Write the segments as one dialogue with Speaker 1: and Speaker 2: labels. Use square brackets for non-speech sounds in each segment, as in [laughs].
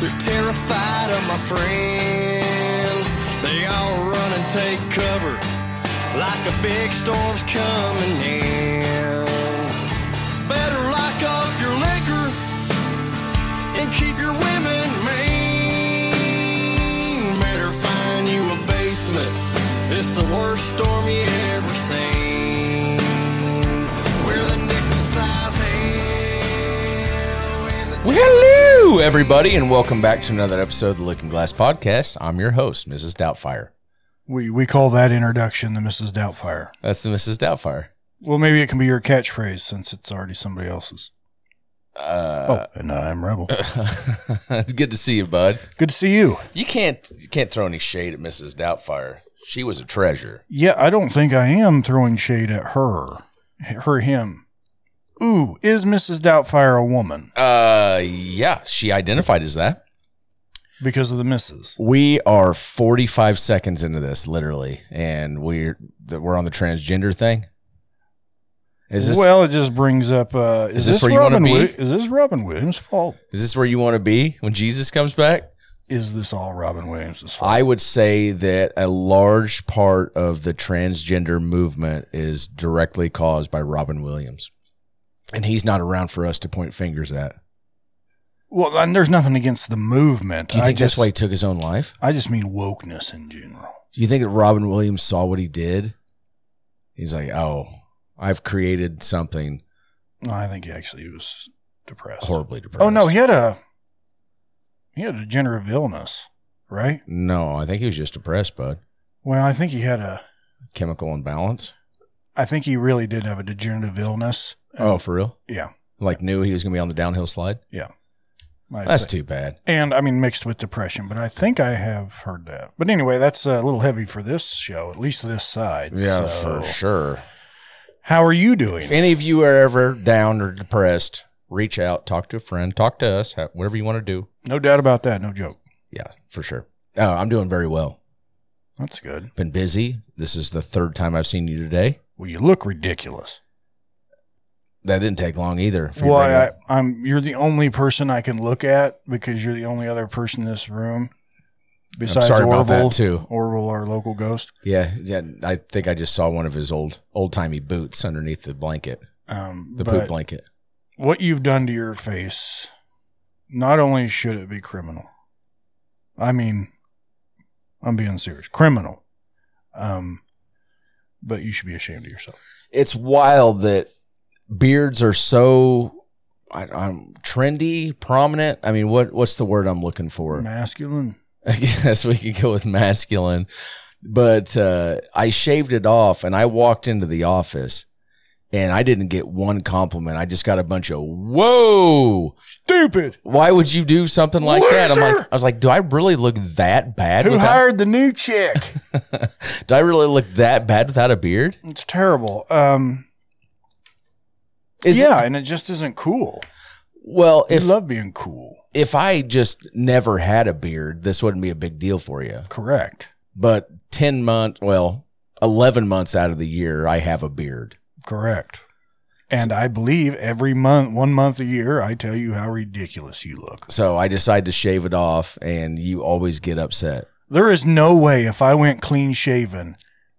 Speaker 1: They're terrified of my friends. They all run and take cover like a big storm's coming in. Better lock up your liquor and keep your women mean. Better find you a basement. It's the worst storm you ever seen. We're the nickel size hell and the
Speaker 2: Well, hello, everybody, and welcome back to another episode of the Looking Glass Podcast. I'm your host, Mrs. Doubtfire.
Speaker 3: We we call that introduction the Mrs. Doubtfire.
Speaker 2: That's the Mrs. Doubtfire. [laughs]
Speaker 3: Well, maybe it can be your catchphrase since it's already somebody else's.
Speaker 2: Uh,
Speaker 3: oh, and I'm Rebel.
Speaker 2: it's good to see you, bud.
Speaker 3: Good to see you.
Speaker 2: You can't you can't throw any shade at Mrs. Doubtfire. She was a treasure.
Speaker 3: Yeah, I don't think I am throwing shade at her, her him. Ooh, is Mrs. Doubtfire a woman
Speaker 2: Uh, yeah, she identified as that.
Speaker 3: because of the Mrs.
Speaker 2: We are 45 seconds into this, literally, and we're th- we're on the transgender thing. Is this
Speaker 3: well, it just brings up. Uh, is,
Speaker 2: this
Speaker 3: this,
Speaker 2: where you wanna
Speaker 3: Robin?
Speaker 2: be?
Speaker 3: Wi- is this Robin Williams' fault?
Speaker 2: is this where you want to be when Jesus comes back?
Speaker 3: Is this all Robin Williams' fault?
Speaker 2: I would say that a large part of the transgender movement is directly caused by Robin Williams. And he's not around for us to point fingers at.
Speaker 3: well, and there's nothing against the movement.
Speaker 2: Do you
Speaker 3: I
Speaker 2: think
Speaker 3: just,
Speaker 2: that's why he took his own life?
Speaker 3: I just mean wokeness in general.
Speaker 2: Do you think that Robin Williams saw what he did? He's like, oh, I've created something
Speaker 3: No, I think actually he was depressed.
Speaker 2: horribly depressed.
Speaker 3: Oh no, he had a he had a degenerative illness, right?
Speaker 2: No, I think he was just depressed, bud.
Speaker 3: Well, I think he had a.
Speaker 2: Chemical imbalance.
Speaker 3: I think he really did have a degenerative illness.
Speaker 2: Oh, for real?
Speaker 3: yeah,
Speaker 2: Like, knew he was going to be on the downhill slide?
Speaker 3: yeah. I'd
Speaker 2: That's
Speaker 3: say.
Speaker 2: too bad.
Speaker 3: and I mean mixed with depression, but I think I have heard that. But anyway, that's a little heavy for this show, at least this side. so-
Speaker 2: sure.
Speaker 3: How are you
Speaker 2: If
Speaker 3: doing?
Speaker 2: any of you are ever down or depressed, reach out, talk to a friend, talk to us, ha- whatever you want to do.
Speaker 3: No doubt about that. No joke.
Speaker 2: Yeah, for sure. Uh, I'm doing very well.
Speaker 3: That's good.
Speaker 2: Been busy. This is the third time I've seen you today.
Speaker 3: Well, you look ridiculous.
Speaker 2: That didn't take long either. if you
Speaker 3: Well,
Speaker 2: read
Speaker 3: I,
Speaker 2: it.
Speaker 3: I'm you're the only person I can look at because you're the only other person in this room besides
Speaker 2: sorry
Speaker 3: Orville
Speaker 2: about that, too.
Speaker 3: Orville, our local ghost.
Speaker 2: yeah, yeah, I think I just saw one of his old old timey boots underneath the blanket,
Speaker 3: Um,
Speaker 2: the
Speaker 3: but
Speaker 2: poop blanket.
Speaker 3: what you've done to your face, not only should it be criminal, I mean, I'm being serious, criminal. Um, but you should be ashamed of yourself.
Speaker 2: It's wild that beards are so I, I'm trendy, prominent. I mean, what what's the word I'm looking for?
Speaker 3: Masculine.
Speaker 2: [laughs] I guess we could go with masculine. But uh, I shaved it off and I walked into the office and I didn't get one compliment. I just got a bunch of, whoa,
Speaker 3: Stupid.
Speaker 2: why would you do something like that? I'm
Speaker 3: Loser.
Speaker 2: like, I was like, do I really look that bad?
Speaker 3: Who
Speaker 2: without-
Speaker 3: hired the new chick? [laughs]
Speaker 2: [laughs] do I really look that bad without a beard?
Speaker 3: it's terrible. Um,
Speaker 2: Is it-
Speaker 3: yeah, and it just isn't cool.
Speaker 2: well,
Speaker 3: I
Speaker 2: if,
Speaker 3: love being cool.
Speaker 2: if I just never had a beard, this wouldn't be a big deal for you.
Speaker 3: Correct.
Speaker 2: But 10 months, well, 11 months out of the year, I have a beard.
Speaker 3: Correct. And I believe every month, one month a year, I tell you how ridiculous you look.
Speaker 2: So I decided to shave it off, and you always get upset.
Speaker 3: There is no way if I went clean shaven,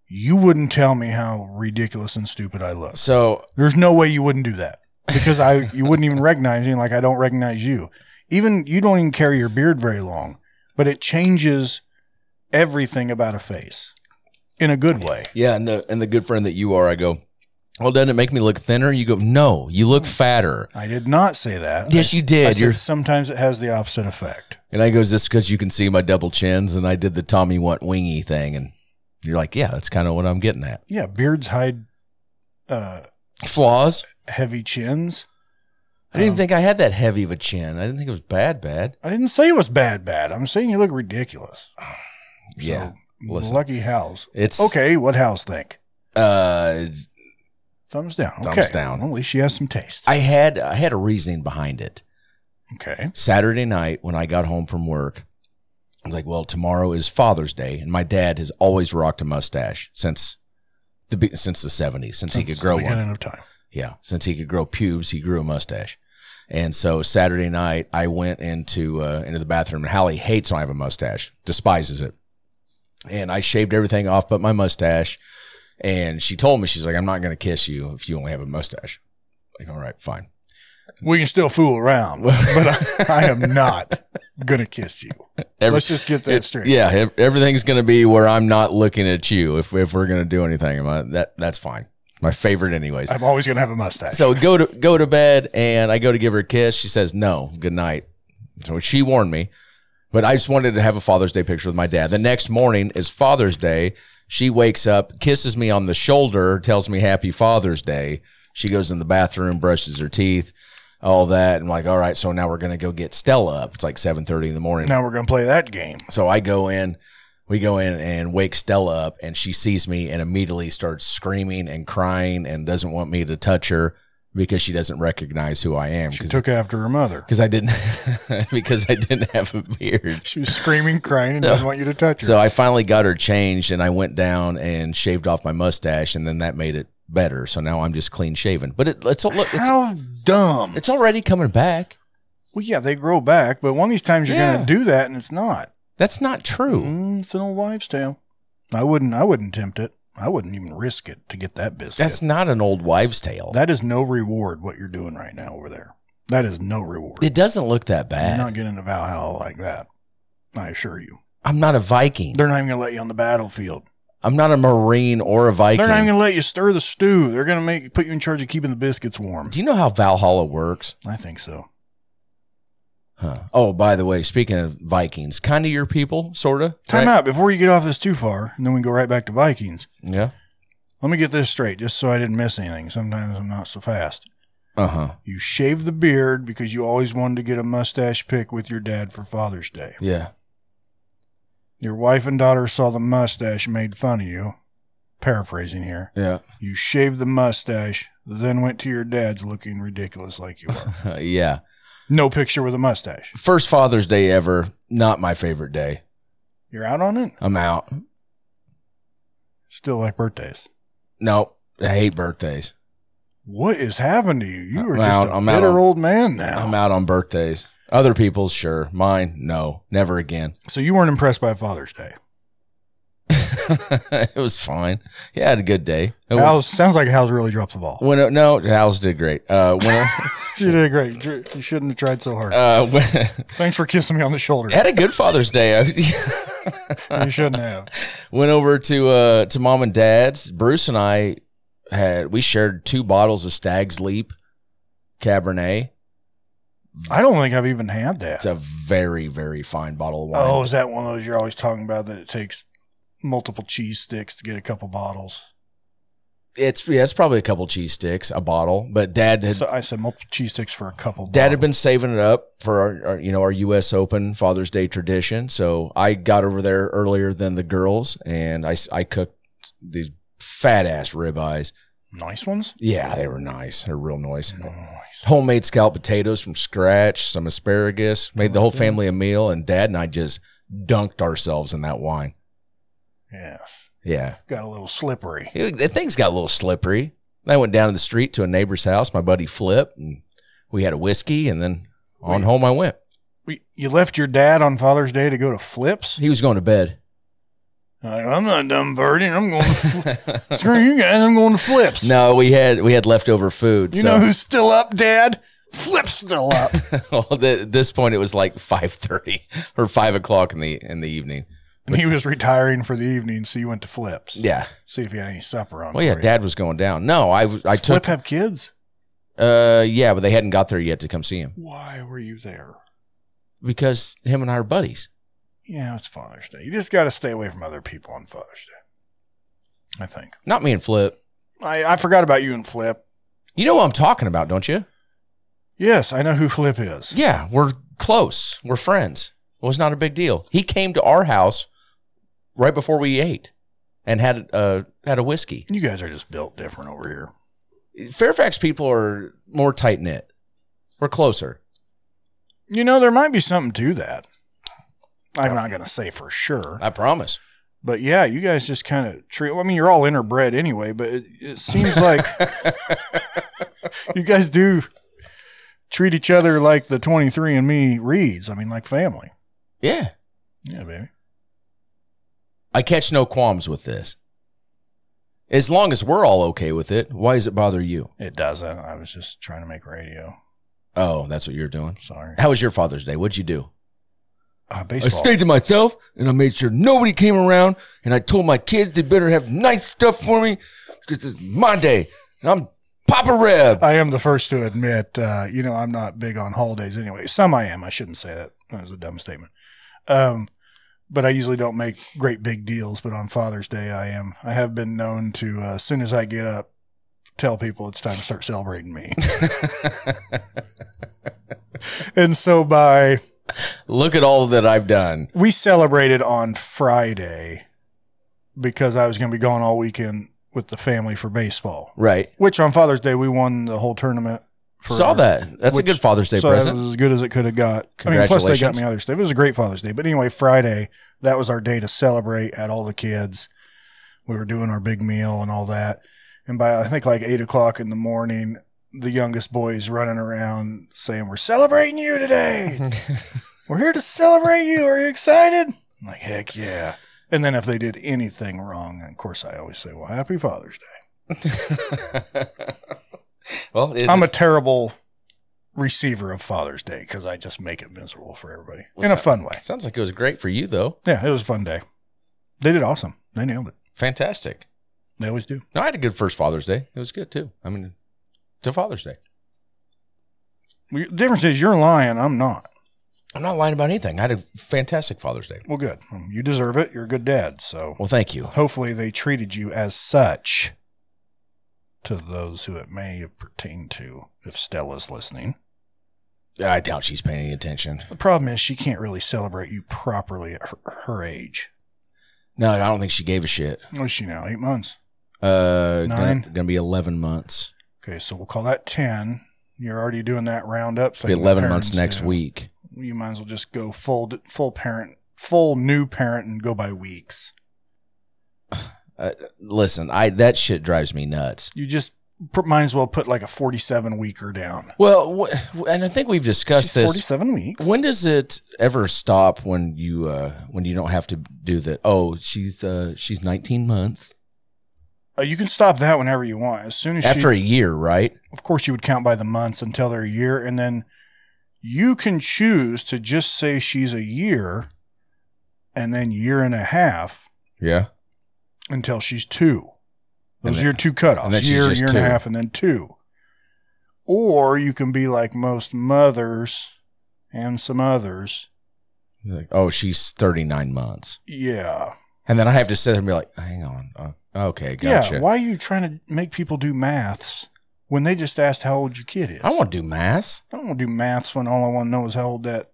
Speaker 3: you wouldn't tell me how ridiculous and stupid I look.
Speaker 2: So
Speaker 3: There's no way you wouldn't do that because I
Speaker 2: [laughs]
Speaker 3: you wouldn't even recognize me like I don't recognize you. Even you don't even carry your beard very long, but it changes everything about a face in a good way.
Speaker 2: yeah, and the and the good friend that you are, I go, well, doesn't it make me look thinner? You go, no, you look fatter.
Speaker 3: I did not say that.
Speaker 2: Yes,
Speaker 3: I-
Speaker 2: you did.
Speaker 3: I said
Speaker 2: You're-
Speaker 3: sometimes it has the opposite effect.
Speaker 2: And I goes, this because you can see my double chins, and I did the Tommy want wingy thing, and you're like, yeah, that's kind of what I'm getting at.
Speaker 3: Yeah, beards hide uh,
Speaker 2: Flaws.
Speaker 3: heavy chins.
Speaker 2: I didn't think I had that heavy of a chin. I didn't think it was bad, bad.
Speaker 3: I didn't say it was bad, bad. I'm saying you look ridiculous.
Speaker 2: Yeah, listen.
Speaker 3: Lucky Howes.
Speaker 2: It's
Speaker 3: Okay, what Howes think?
Speaker 2: Uh,
Speaker 3: Thumbs down.
Speaker 2: Thumbs
Speaker 3: okay.
Speaker 2: down.
Speaker 3: Well, at least she has some taste.
Speaker 2: I had I had a reasoning behind it.
Speaker 3: okay.
Speaker 2: Saturday night when I got home from work, I was like, "Well, tomorrow is Father's Day, and my dad has always rocked a mustache since the be- since the '70s, since he could grow
Speaker 3: Beginning
Speaker 2: one.
Speaker 3: of time.
Speaker 2: Yeah, since he could grow pubes, he grew a mustache." And so Saturday night, I went into uh, into the bathroom. and Hallie hates when I have a mustache, despises it, and I shaved everything off but my mustache. And she told me, she's like, "I'm not going to kiss you if you only have a mustache." Like, all right, fine.
Speaker 3: We can still fool around, but I,
Speaker 2: [laughs]
Speaker 3: I am not gonna kiss you.
Speaker 2: Every-
Speaker 3: Let's just get that straight.
Speaker 2: Yeah, ev- everything's going to be where I'm not looking at you if, if we're going to do anything. Am I- that that's fine. My favorite, anyways.
Speaker 3: I'm always gonna have a mustache.
Speaker 2: So go to go to bed, and I go to give her a kiss. She says no, good night. So she warned me, but I just wanted to have a Father's Day picture with my dad. The next morning is Father's Day. She wakes up, kisses me on the shoulder, tells me Happy Father's Day. She goes in the bathroom, brushes her teeth, all that. I'm like, all right, so now we're gonna go get Stella up. It's like seven thirty in the morning.
Speaker 3: now we're gonna play that game.
Speaker 2: So I go in, we go in and wake Stella up, and she sees me and immediately starts screaming and crying and doesn't want me to touch her because she doesn't recognize who I am
Speaker 3: She
Speaker 2: because [laughs]
Speaker 3: took after her mother.
Speaker 2: I didn't [laughs] because I didn't have a beard.
Speaker 3: She was screaming,
Speaker 2: [laughs]
Speaker 3: crying, and doesn't want you to touch her.
Speaker 2: So I finally got her changed and I went down and shaved off my mustache, and then that made it better. So now I'm just clean shaven. But it, it's look, it's,
Speaker 3: How dumb.
Speaker 2: it's already coming back.
Speaker 3: Well, yeah, they grow back, but one of these times you're
Speaker 2: Yeah.
Speaker 3: gonna do that, and it's not.
Speaker 2: That's not true.
Speaker 3: Mm, it's an old wives' tale. I wouldn't. I wouldn't tempt it. I wouldn't even risk it to get that biscuit.
Speaker 2: That's not an old wives' tale.
Speaker 3: that is no reward. What you're doing right now over there. That is no reward.
Speaker 2: it doesn't look that
Speaker 3: You're
Speaker 2: bad.
Speaker 3: not getting a Valhalla like that. I assure you.
Speaker 2: I'm not a Viking.
Speaker 3: They're not even gonna let you on the battlefield.
Speaker 2: I'm not a Marine or a Viking.
Speaker 3: They're not even gonna let you stir the stew. They're gonna make put you in charge of keeping the biscuits warm.
Speaker 2: Do you know how Valhalla works?
Speaker 3: I think so.
Speaker 2: Huh. Oh, by the way, speaking of Vikings, kind of your people, sort of.
Speaker 3: Time out before you get off this too far, and then we go right back to Vikings.
Speaker 2: Yeah.
Speaker 3: Let me get this straight, just so I didn't miss anything. Sometimes I'm not so fast.
Speaker 2: Uh huh.
Speaker 3: You shaved the beard because you always wanted to get a mustache pick with your dad for Father's Day.
Speaker 2: Yeah.
Speaker 3: Your wife and daughter saw the mustache and made fun of you. Paraphrasing here.
Speaker 2: Yeah.
Speaker 3: You shaved the mustache, then went to your dad's looking ridiculous like you
Speaker 2: [laughs]
Speaker 3: are.
Speaker 2: yeah.
Speaker 3: no picture with a mustache.
Speaker 2: First Father's Day ever. Not my favorite day.
Speaker 3: You're out on it?
Speaker 2: I'm out.
Speaker 3: Still like birthdays.
Speaker 2: No, I hate birthdays.
Speaker 3: What has happened to you? You are
Speaker 2: I'm
Speaker 3: just
Speaker 2: out-
Speaker 3: a
Speaker 2: I'm out
Speaker 3: bitter
Speaker 2: on-
Speaker 3: old man now.
Speaker 2: I'm out on birthdays. Other people's, sure. Mine, no. Never again. [laughs]
Speaker 3: So you weren't impressed by Father's Day.
Speaker 2: it was fine. Yeah, I had a good day. It wa-
Speaker 3: How's, sounds like Hal's really dropped the ball.
Speaker 2: when it- no, Howells did great. Uh, when,
Speaker 3: You did great. You you shouldn't have tried so
Speaker 2: [laughs]
Speaker 3: hard.
Speaker 2: uh, when
Speaker 3: Thanks for kissing me on the shoulder.
Speaker 2: had a good Father's Day.
Speaker 3: You shouldn't have.
Speaker 2: [laughs] went over to uh to mom and dad's. Bruce and I had we shared two bottles of Stag's Leap Cabernet.
Speaker 3: I don't think I've even had that.
Speaker 2: It's a very very fine bottle of wine.
Speaker 3: Oh, is that one of those you're always talking about that it takes multiple cheese sticks to get a couple bottles?
Speaker 2: It's yeah, it's probably a couple cheese sticks, a bottle. But dad had
Speaker 3: So I said multiple cheese sticks for a couple.
Speaker 2: dad had
Speaker 3: bottles.
Speaker 2: been saving it up for our, our you know our U.S. Open Father's Day tradition. So I got over there earlier than the girls, and I s- I cooked these fat ass ribeyes.
Speaker 3: nice ones.
Speaker 2: Yeah, they were nice. They're real nice.
Speaker 3: Mm-hmm. Nice.
Speaker 2: homemade scalloped potatoes from scratch, some asparagus, made the whole family a meal, and dad and I just dunked ourselves in that wine.
Speaker 3: Yeah,
Speaker 2: Yeah.
Speaker 3: got a little slippery.
Speaker 2: It, the things got a little slippery. I went down to the street to a neighbor's house, my buddy Flip, and we had a whiskey, and then on
Speaker 3: Wait.
Speaker 2: home I went.
Speaker 3: We, you left your dad on Father's Day to go to Flips.
Speaker 2: He was going to bed.
Speaker 3: Like, I'm not a dumb birdie. I'm going. To
Speaker 2: [laughs]
Speaker 3: fl- Screw you guys. I'm going to
Speaker 2: [laughs]
Speaker 3: Flips.
Speaker 2: no, we had we had leftover food.
Speaker 3: you
Speaker 2: so
Speaker 3: know who's still up, Dad? Flips still up.
Speaker 2: [laughs] Well, th- at this point it was like five thirty [laughs] or five o'clock in the in the evening.
Speaker 3: and he was retiring for the evening, so you went to Flips.
Speaker 2: Yeah.
Speaker 3: See if he had any supper on.
Speaker 2: Well, yeah,
Speaker 3: for you.
Speaker 2: Dad was going down. No, I was- I
Speaker 3: Does Flip
Speaker 2: took
Speaker 3: have kids?
Speaker 2: Uh, yeah, but they hadn't got there yet to come see him
Speaker 3: Why were you there?
Speaker 2: because him and I are buddies.
Speaker 3: Yeah, it's Father's Day. You just got to stay away from other people on Father's Day. I think.
Speaker 2: Not me and Flip.
Speaker 3: I, I forgot about you and Flip.
Speaker 2: You know what I'm talking about, don't you?
Speaker 3: Yes, I know who Flip is.
Speaker 2: Yeah, we're close. We're friends. It was not a big deal. He came to our house right before we ate and had uh had a whiskey.
Speaker 3: You guys are just built different over here.
Speaker 2: Fairfax people are more tight knit. We're closer.
Speaker 3: You know, there might be something to that. I'm not going to say for sure.
Speaker 2: I promise.
Speaker 3: But yeah, you guys just kind of treat. I mean, you're all interbred anyway, but it, it seems like you guys do treat each other like the 23andMe reads. I mean, like family.
Speaker 2: Yeah.
Speaker 3: Yeah, baby.
Speaker 2: I catch no qualms with this. As long as we're all okay with it, why does it bother you?
Speaker 3: It doesn't. I was just trying to make radio.
Speaker 2: Oh, that's what you're doing.
Speaker 3: Sorry.
Speaker 2: How was your Father's Day? What'd you do?
Speaker 3: Uh, baseball.
Speaker 2: I stayed to myself and I made sure nobody came around and I told my kids they better have nice stuff for me because it's my day and I'm Papa Reb.
Speaker 3: I am the first to admit, uh, you know, I'm not big on holidays anyway. Some I am. I shouldn't say that. That was a dumb statement. Um, but I usually don't make great big deals. But on Father's Day, I am. I have been known to, uh, as soon as I get up, tell people it's time to start
Speaker 2: [laughs]
Speaker 3: celebrating me. and so by
Speaker 2: Look at all that I've done.
Speaker 3: we celebrated on Friday because I was going to be gone all weekend with the family for baseball.
Speaker 2: Right.
Speaker 3: Which on Father's Day we won the whole tournament. for-
Speaker 2: Saw that. That's
Speaker 3: which-
Speaker 2: a good Father's Day
Speaker 3: so
Speaker 2: present.
Speaker 3: That was as good as it could have got. I mean, plus they got
Speaker 2: Congratulations.
Speaker 3: me other stuff. It was a great Father's Day. But anyway, Friday, that was our day to celebrate at all the kids. We were doing our big meal and all that. And by I think like eight o'clock in the morning, the youngest boy's running around saying, We're celebrating
Speaker 2: [laughs]
Speaker 3: you today. we're here to celebrate you. Are you excited? I'm like, heck yeah. And then if they did anything wrong, of course I always say, Well, happy Father's Day.
Speaker 2: [laughs] well, it,
Speaker 3: I'm a terrible receiver of Father's Day because I just make it miserable for everybody
Speaker 2: What's
Speaker 3: in a
Speaker 2: that?
Speaker 3: fun way.
Speaker 2: sounds like it was great for you though.
Speaker 3: Yeah, it was a fun day. They did awesome. They nailed it.
Speaker 2: Fantastic.
Speaker 3: They always do.
Speaker 2: No, I had a good first Father's Day. It was good too. I mean, to Father's Day.
Speaker 3: The difference is you're lying. I'm not.
Speaker 2: I'm not lying about anything. I had a fantastic Father's Day.
Speaker 3: Well, good. Um, You deserve it. You're a good dad. So
Speaker 2: Well, thank you.
Speaker 3: hopefully they treated you as such to those who it may have pertained to, if Stella's listening.
Speaker 2: I doubt she's paying any attention.
Speaker 3: The problem is she can't really celebrate you properly at her, her age.
Speaker 2: No, I don't think she gave a shit.
Speaker 3: What is she now? Eight months.
Speaker 2: Uh,
Speaker 3: Nine.
Speaker 2: Gonna, gonna be eleven months.
Speaker 3: Okay, so we'll call that 10. You're already doing that roundup.
Speaker 2: It'll be
Speaker 3: thing that
Speaker 2: eleven months
Speaker 3: parents
Speaker 2: next
Speaker 3: do.
Speaker 2: week.
Speaker 3: You might as well just go full full parent, full new parent, and go by weeks.
Speaker 2: Uh, listen, I that shit drives me nuts.
Speaker 3: You just pr- might as well put like a 47 weeker down.
Speaker 2: Well, wh- and I think we've discussed
Speaker 3: She's
Speaker 2: this.
Speaker 3: 47 weeks.
Speaker 2: When does it ever stop when you uh, when you don't have to do that? Oh, she's uh, she's nineteen months
Speaker 3: Uh, you can stop that whenever you want. As soon as
Speaker 2: after a
Speaker 3: she,
Speaker 2: year, right?
Speaker 3: of course, you would count by the months until they're a year, and then you can choose to just say she's a year, and then year and a half
Speaker 2: Yeah.
Speaker 3: until she's two.
Speaker 2: And
Speaker 3: Those
Speaker 2: then-
Speaker 3: are your two cutoffs:
Speaker 2: and then she's
Speaker 3: year,
Speaker 2: just
Speaker 3: year and
Speaker 2: two.
Speaker 3: a half, and then two. Or you can be like most mothers and some others.
Speaker 2: Like, oh, she's thirty nine months,
Speaker 3: Yeah.
Speaker 2: and then I have to sit there and be like, hang on, uh, okay, gotcha.
Speaker 3: Yeah, why are you trying to make people do maths when they just asked how old your kid is?
Speaker 2: I don't want to do math.
Speaker 3: I don't want to do maths when all I want to know is how old that,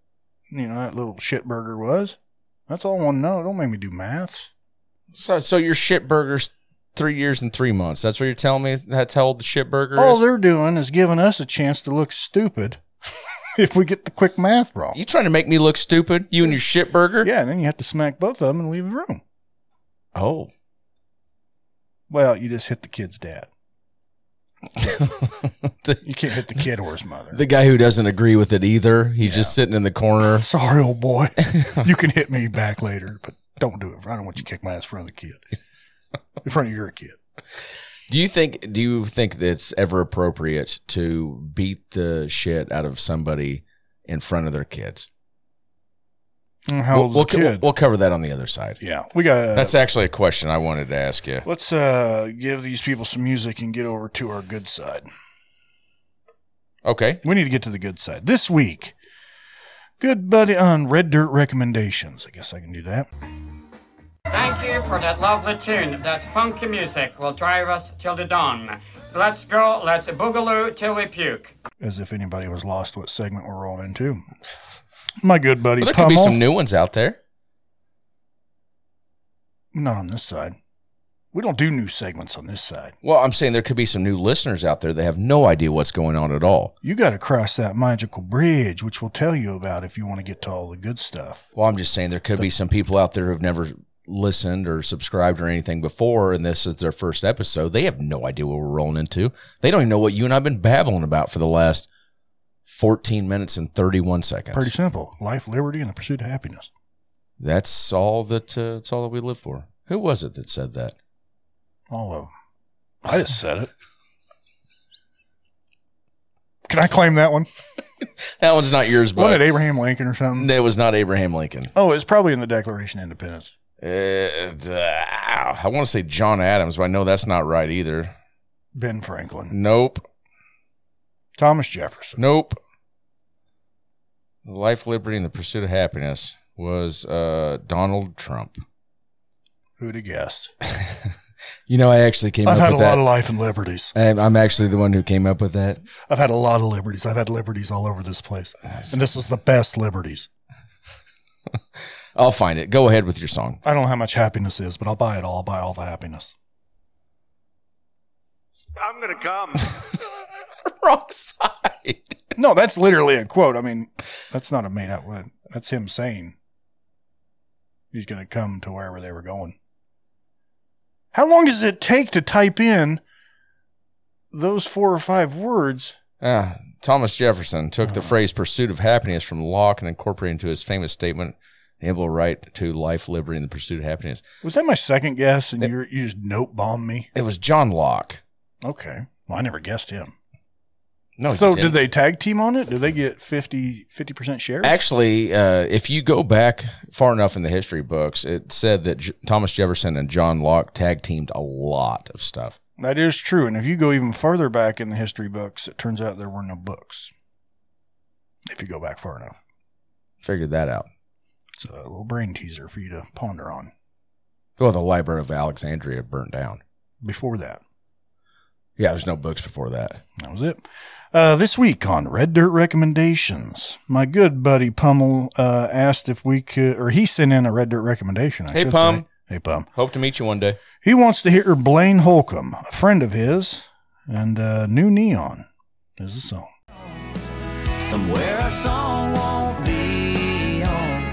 Speaker 3: you know, that little shitburger was. That's all I want to know. Don't make me do maths.
Speaker 2: So, so your shit burger's three years and three months. That's what you're telling me. That's how old the shit burger
Speaker 3: All
Speaker 2: is.
Speaker 3: Oh, they're doing is giving us a chance to look stupid [laughs] if we get the quick math wrong.
Speaker 2: You trying to make me look stupid? You and your shit burger?
Speaker 3: Yeah, and then you have to smack both of them and leave the room.
Speaker 2: Oh. [laughs]
Speaker 3: Well, you just hit the kid's dad. You can't hit the kid or his mother.
Speaker 2: The guy who doesn't agree with it either, he's just sitting in the corner.
Speaker 3: Sorry, old
Speaker 2: [laughs]
Speaker 3: boy. you can hit me back later, but don't do it. I don't want you to kick my ass in front of the kid, in front of your kid.
Speaker 2: Do you think do you think that it's ever appropriate to beat the shit out of somebody in front of their kids?
Speaker 3: Mm, How
Speaker 2: Mm-hmm.
Speaker 3: old's
Speaker 2: we'll,
Speaker 3: the
Speaker 2: we'll,
Speaker 3: kid?
Speaker 2: we'll cover that on the other side.
Speaker 3: yeah, we got. uh,
Speaker 2: That's actually a question I wanted to ask you.
Speaker 3: let's uh, give these people some music and get over to our good side.
Speaker 2: Okay.
Speaker 3: We need to get to the good side this week. Good buddy on Red Dirt recommendations. I guess I can do that.
Speaker 4: Thank you for that lovely tune. That funky music will drive us till the dawn. Let's go. Let's boogaloo till we puke.
Speaker 3: as if anybody was lost what segment we're on into. My good buddy
Speaker 2: But there could be
Speaker 3: Pummel.
Speaker 2: some new ones out there.
Speaker 3: Not on this side. We don't do new segments on this side.
Speaker 2: Well, I'm saying there could be some new listeners out there that have no idea what's going on at all.
Speaker 3: You got to cross that magical bridge, which we'll tell you about if you want to get to all the good stuff.
Speaker 2: Well, I'm just saying there could be some people out there who've never listened or subscribed or anything before, and this is their first episode. They have no idea what we're rolling into. They don't even know what you and I've been babbling about for the last 14 minutes and 31 seconds.
Speaker 3: Pretty simple: life, liberty, and the pursuit of happiness.
Speaker 2: that's all that. Uh, that's all that we live for. Who was it that said that?
Speaker 3: All of them. I just said it. Can I claim that one?
Speaker 2: That one's not yours,
Speaker 3: What
Speaker 2: but
Speaker 3: it Abraham Lincoln or something?
Speaker 2: it was not Abraham Lincoln.
Speaker 3: Oh, it's probably in the Declaration of Independence.
Speaker 2: Uh, I want to say John Adams, but I know that's not right either.
Speaker 3: Ben Franklin,
Speaker 2: Nope.
Speaker 3: Thomas Jefferson.
Speaker 2: Nope. Life, liberty, and the pursuit of happiness was uh, Donald Trump.
Speaker 3: Who'd have guessed?
Speaker 2: [laughs] You know, I actually came
Speaker 3: I've
Speaker 2: up
Speaker 3: had a
Speaker 2: with
Speaker 3: lot
Speaker 2: that.
Speaker 3: of life and liberties.
Speaker 2: I'm- I'm actually the one who came up with that.
Speaker 3: I've had a lot of liberties. I've had liberties all over this place. And this is the best liberties.
Speaker 2: I'll find it. Go ahead with your
Speaker 3: [laughs]
Speaker 2: song.
Speaker 3: I don't know how much happiness is, but I'll buy it all. I'll buy all the happiness.
Speaker 5: I'm gonna come.
Speaker 2: Wrong side.
Speaker 3: No, that's literally a quote. I mean, that's not a made up word. That's him saying he's going to come to wherever they were going. How long does it take to type in those four or five words?
Speaker 2: Ah, Thomas Jefferson took
Speaker 3: Uh-huh.
Speaker 2: the phrase pursuit of happiness from Locke and incorporated into his famous statement, the inalienable right to life, liberty, and the pursuit of happiness.
Speaker 3: Was that my second guess? And you you just note bomb me?
Speaker 2: It was John Locke.
Speaker 3: Okay. Well, I never guessed him.
Speaker 2: No,
Speaker 3: so
Speaker 2: you
Speaker 3: did
Speaker 2: didn't.
Speaker 3: they tag team on it? Did they get 50 percent share?
Speaker 2: Actually, uh, if you go back far enough in the history books, it said that J- Thomas Jefferson and John Locke tag teamed a lot of stuff.
Speaker 3: That is true. And if you go even further back in the history books, it turns out there were no books. If you go back far enough,
Speaker 2: Figured that out.
Speaker 3: it's a little brain teaser for you to ponder on.
Speaker 2: Well, the Library of Alexandria burnt down.
Speaker 3: Before that,
Speaker 2: Yeah, there's no books before that.
Speaker 3: that was it. Uh, this week on Red Dirt Recommendations, my good buddy Pummel uh, asked if we could, or he sent in a Red Dirt recommendation. I
Speaker 2: Hey,
Speaker 3: should
Speaker 2: Pum.
Speaker 3: say. Hey, Pum.
Speaker 2: Hope to meet you one day.
Speaker 3: He wants to hear Blaine Holcomb, a friend of his, and uh, New Neon is the song.
Speaker 1: Somewhere our song won't be on.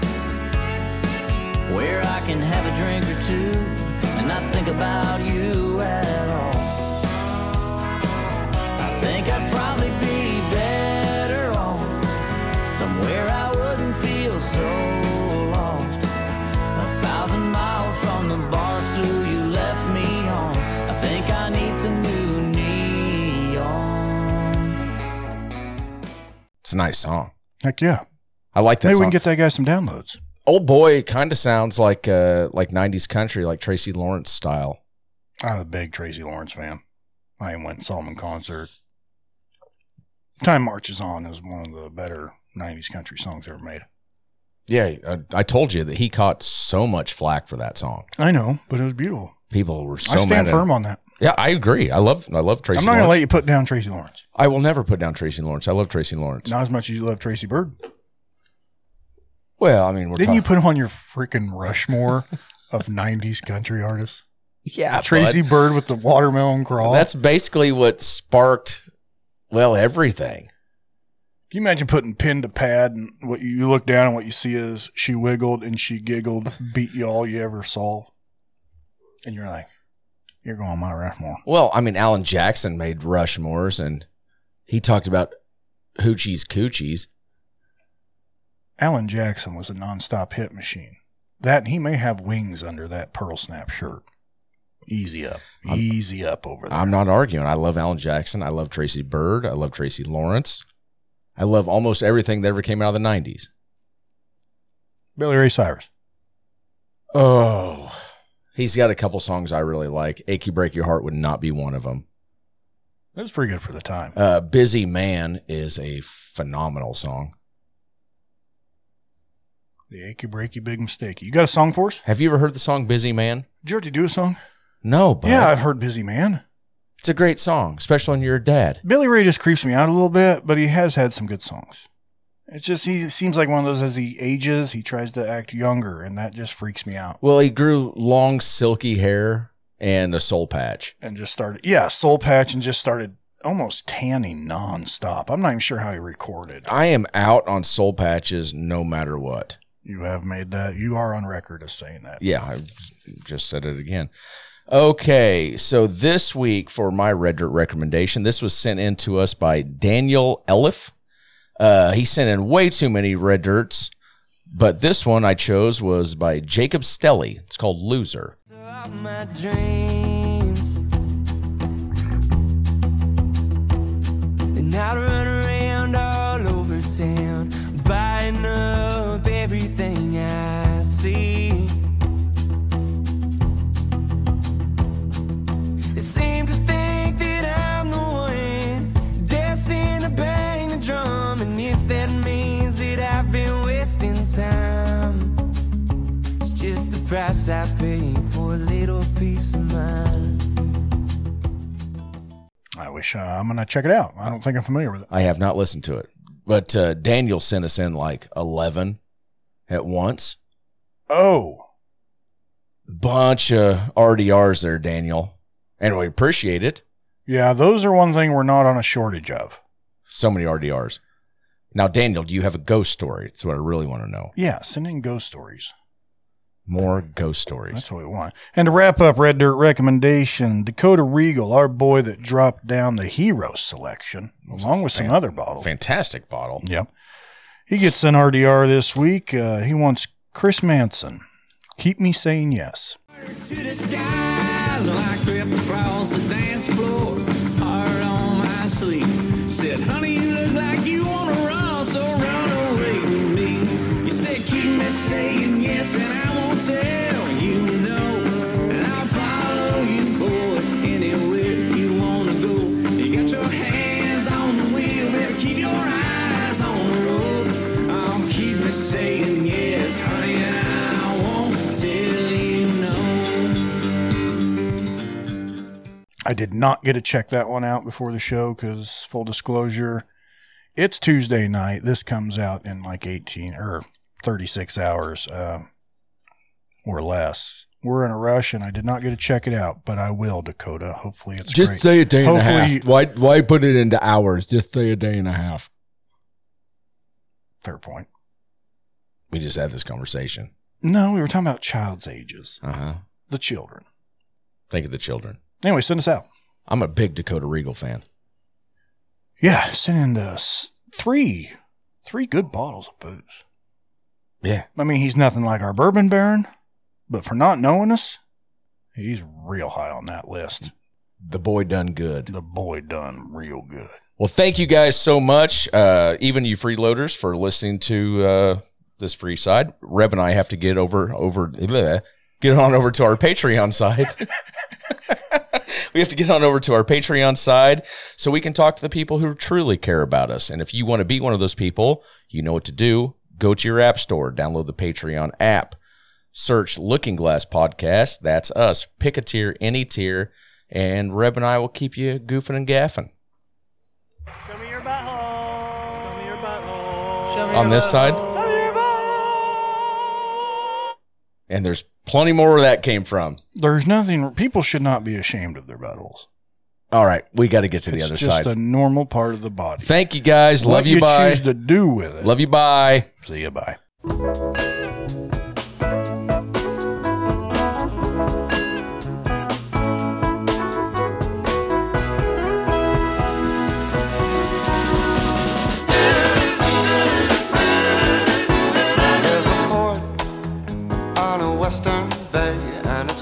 Speaker 1: Where I can have a drink or two and not think about you at all. I think I'd probably be better off somewhere I wouldn't feel so lost. A thousand miles from the barstool you left me on. I think I need some new neon.
Speaker 2: It's a nice song.
Speaker 3: Heck yeah.
Speaker 2: I like that
Speaker 3: Maybe we
Speaker 2: song.
Speaker 3: can get that guy some downloads.
Speaker 2: Old boy kind of sounds like uh, like '90s country, like Tracy Lawrence style.
Speaker 3: I'm a big Tracy Lawrence fan. I even went and saw him in concert. Time Marches On is one of the better 90s country songs ever made.
Speaker 2: Yeah, I, I told you that he caught so much flack for that song.
Speaker 3: I know, but it was beautiful.
Speaker 2: People were so
Speaker 3: I
Speaker 2: mad.
Speaker 3: stand
Speaker 2: at
Speaker 3: firm
Speaker 2: him.
Speaker 3: on that.
Speaker 2: Yeah, I agree. I love I love Tracy.
Speaker 3: I'm not going to
Speaker 2: Lawrence.
Speaker 3: let you put down Tracy Lawrence.
Speaker 2: I will never put down Tracy Lawrence. I love Tracy Lawrence.
Speaker 3: Not as much as you love Tracy Bird.
Speaker 2: Well, I mean, we're
Speaker 3: Didn't you
Speaker 2: talking-
Speaker 3: put him on your freaking Rushmore
Speaker 2: [laughs]
Speaker 3: of 90s country artists?
Speaker 2: yeah,
Speaker 3: Tracy Bird with the watermelon
Speaker 2: bud.
Speaker 3: crawl.
Speaker 2: That's basically what sparked, well, everything.
Speaker 3: Can you imagine putting pin to pad and what you look down and what you see is she wiggled and she giggled,
Speaker 2: [laughs]
Speaker 3: beat you all you ever saw. And you're like, you're going my Rushmore.
Speaker 2: Well, I mean, Alan Jackson made Rushmores, and he talked about hoochies coochies.
Speaker 3: Alan Jackson was a nonstop hit machine. That and he may have wings under that pearl snap shirt. Easy up, easy up over there.
Speaker 2: I'm not arguing. I love Alan Jackson. I love Tracy Byrd. I love Tracy Lawrence. I love almost everything that ever came out of the '90s.
Speaker 3: Billy Ray Cyrus.
Speaker 2: Oh, he's got a couple songs I really like. "Achy Break Your Heart" would not be one of them.
Speaker 3: That was pretty good for the time.
Speaker 2: Uh, "Busy Man" is a phenomenal song.
Speaker 3: The achy breaky big mistake. You got a song for us?
Speaker 2: Have you ever heard the song "Busy Man"?
Speaker 3: Did you already do a song?
Speaker 2: No, but
Speaker 3: yeah, I've heard Busy Man.
Speaker 2: it's It's a great song, especially on your dad.
Speaker 3: Billy Ray just creeps me out a little bit, but he has had some good songs. It's just he seems like one of those as he ages, he tries to act younger, and that just freaks me out.
Speaker 2: Well, he grew long silky hair and a soul patch.
Speaker 3: And just started, yeah, soul patch, and just started almost tanning nonstop. I'm not even sure how he recorded.
Speaker 2: I am out on soul patches no matter what.
Speaker 3: You have made that. You are on record as saying that.
Speaker 2: Yeah, I just said it again. Okay, so this week for my Red Dirt recommendation, this was sent in to us by Daniel Eliff. Uh, he sent in way too many Red Dirts, but this one I chose was by Jacob Stelly. It's called Loser.
Speaker 1: Throughout my dreams. And I'd run around all over town, buying up everything I see. It seemed to think that I'm the one destined to bang the drum, and if that means that I've been wasting time. It's just the price I pay for a little piece of mind.
Speaker 3: I wish uh, I'm gonna check it out. I don't think I'm familiar with it.
Speaker 2: I have not listened to it, but uh, Daniel sent us in like 11 at once.
Speaker 3: Oh,
Speaker 2: Bunch of RDRs there, Daniel. And we appreciate it.
Speaker 3: yeah, those are one thing we're not on a shortage of.
Speaker 2: So many RDRs. Now, Daniel, do you have a ghost story? That's what I really want to know.
Speaker 3: Yeah, send in ghost stories.
Speaker 2: More ghost stories.
Speaker 3: That's what we want. And to wrap up Red Dirt recommendation, Dakota Regal, our boy that dropped down the hero selection, along with some other bottles.
Speaker 2: Fantastic bottle.
Speaker 3: Yep. He gets an RDR this week. Uh, he wants Chris Manson. Keep me saying yes.
Speaker 1: To the skies, like grip across the dance floor, hard on my sleeve. Said, honey, you look like you wanna run, so run away with me. You said, keep me saying yes, and I won't tell you no. And I'll follow you, boy, anywhere you wanna go. You got your hands on the wheel, better keep your eyes on the road. I'll keep me saying yes, honey, and I won't tell you no.
Speaker 3: I did not get to check that one out before the show because, full disclosure, it's Tuesday night. This comes out in like 18 or 36 hours um, or less. We're in a rush and I did not get to check it out, but I will, Dakota. Hopefully it's
Speaker 2: Just
Speaker 3: great.
Speaker 2: say a day and a
Speaker 3: Hopefully-
Speaker 2: half. Why, why put it into hours? Just say a day and a half.
Speaker 3: Fair point.
Speaker 2: We just had this conversation.
Speaker 3: No, we were talking about child's ages,
Speaker 2: Uh huh.
Speaker 3: the children.
Speaker 2: Think of the children.
Speaker 3: Anyway, send us out.
Speaker 2: I'm a big Dakota Regal fan.
Speaker 3: Yeah, send in us three, three good bottles of booze.
Speaker 2: Yeah.
Speaker 3: I mean, he's nothing like our bourbon baron, but for not knowing us, he's real high on that list.
Speaker 2: The boy done good.
Speaker 3: The boy done real good.
Speaker 2: Well, thank you guys so much, uh, even you freeloaders, for listening to uh, this free side. Reb and I have to get over over bleh, get on over to our Patreon side. [laughs] we have to get on over to our Patreon side so we can talk to the people who truly care about us. And if you want to be one of those people, you know what to do. Go to your app store, download the Patreon app, search Looking Glass Podcast. That's us. Pick a tier, any tier, and Reb and I will keep you goofing and gaffing.
Speaker 6: Show me your butthole. Show me your butthole. Show me
Speaker 2: on this side.
Speaker 6: your butthole.
Speaker 2: And there's plenty more where that came from.
Speaker 3: There's nothing, people should not be ashamed of their buttholes.
Speaker 2: All right, we got to get to the
Speaker 3: it's
Speaker 2: other
Speaker 3: just
Speaker 2: side.
Speaker 3: a normal part of the body.
Speaker 2: Thank you guys.
Speaker 3: What
Speaker 2: Love you. Bye.
Speaker 3: choose to do with it.
Speaker 2: Love you. Bye.
Speaker 3: See you. Bye.
Speaker 5: There's a port on a western bay, and it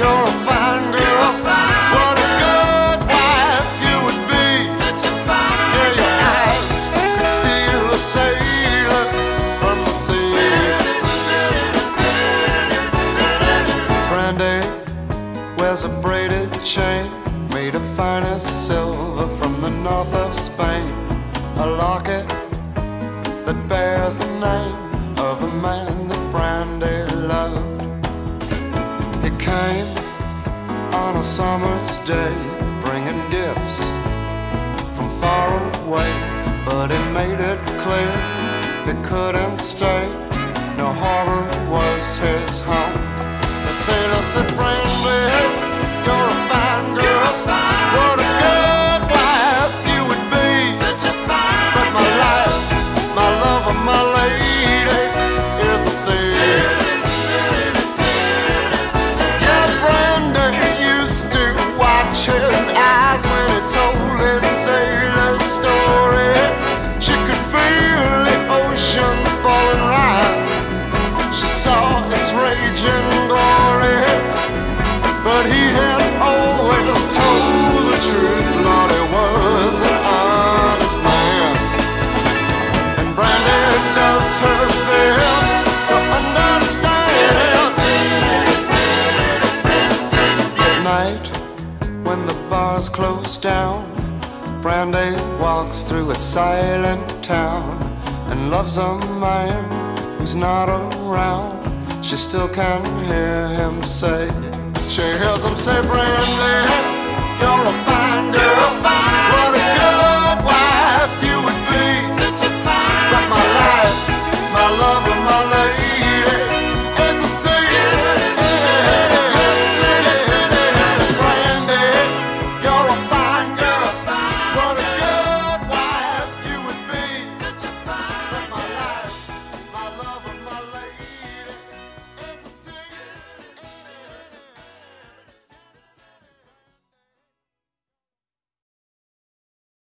Speaker 5: you're a fine girl. what a good wife you would be. Such a fine wears a braided chain made of finest silver from the north of Spain. A locket that bears the name of a man that Brandy loved. He came on a summer's day, bringing gifts from far away, but he made it clear he couldn't stay. No harbor was his home. The sailor said, Brandy, you're a fine girl. what a good wife you would be. but my life, my love, and my lady is the sea. Yeah, Brandon used to watch his eyes when he told his sailor story. She could feel the ocean fall and rise. She saw its raging glory. But he had always told the truth, Lord, he was an honest man. And Brandy does her best to understand. At night, when the bars close down, Brandy walks through a silent town and loves a man who's not around. She still can hear him say, She hears him say, Brandy, you're a fine girl.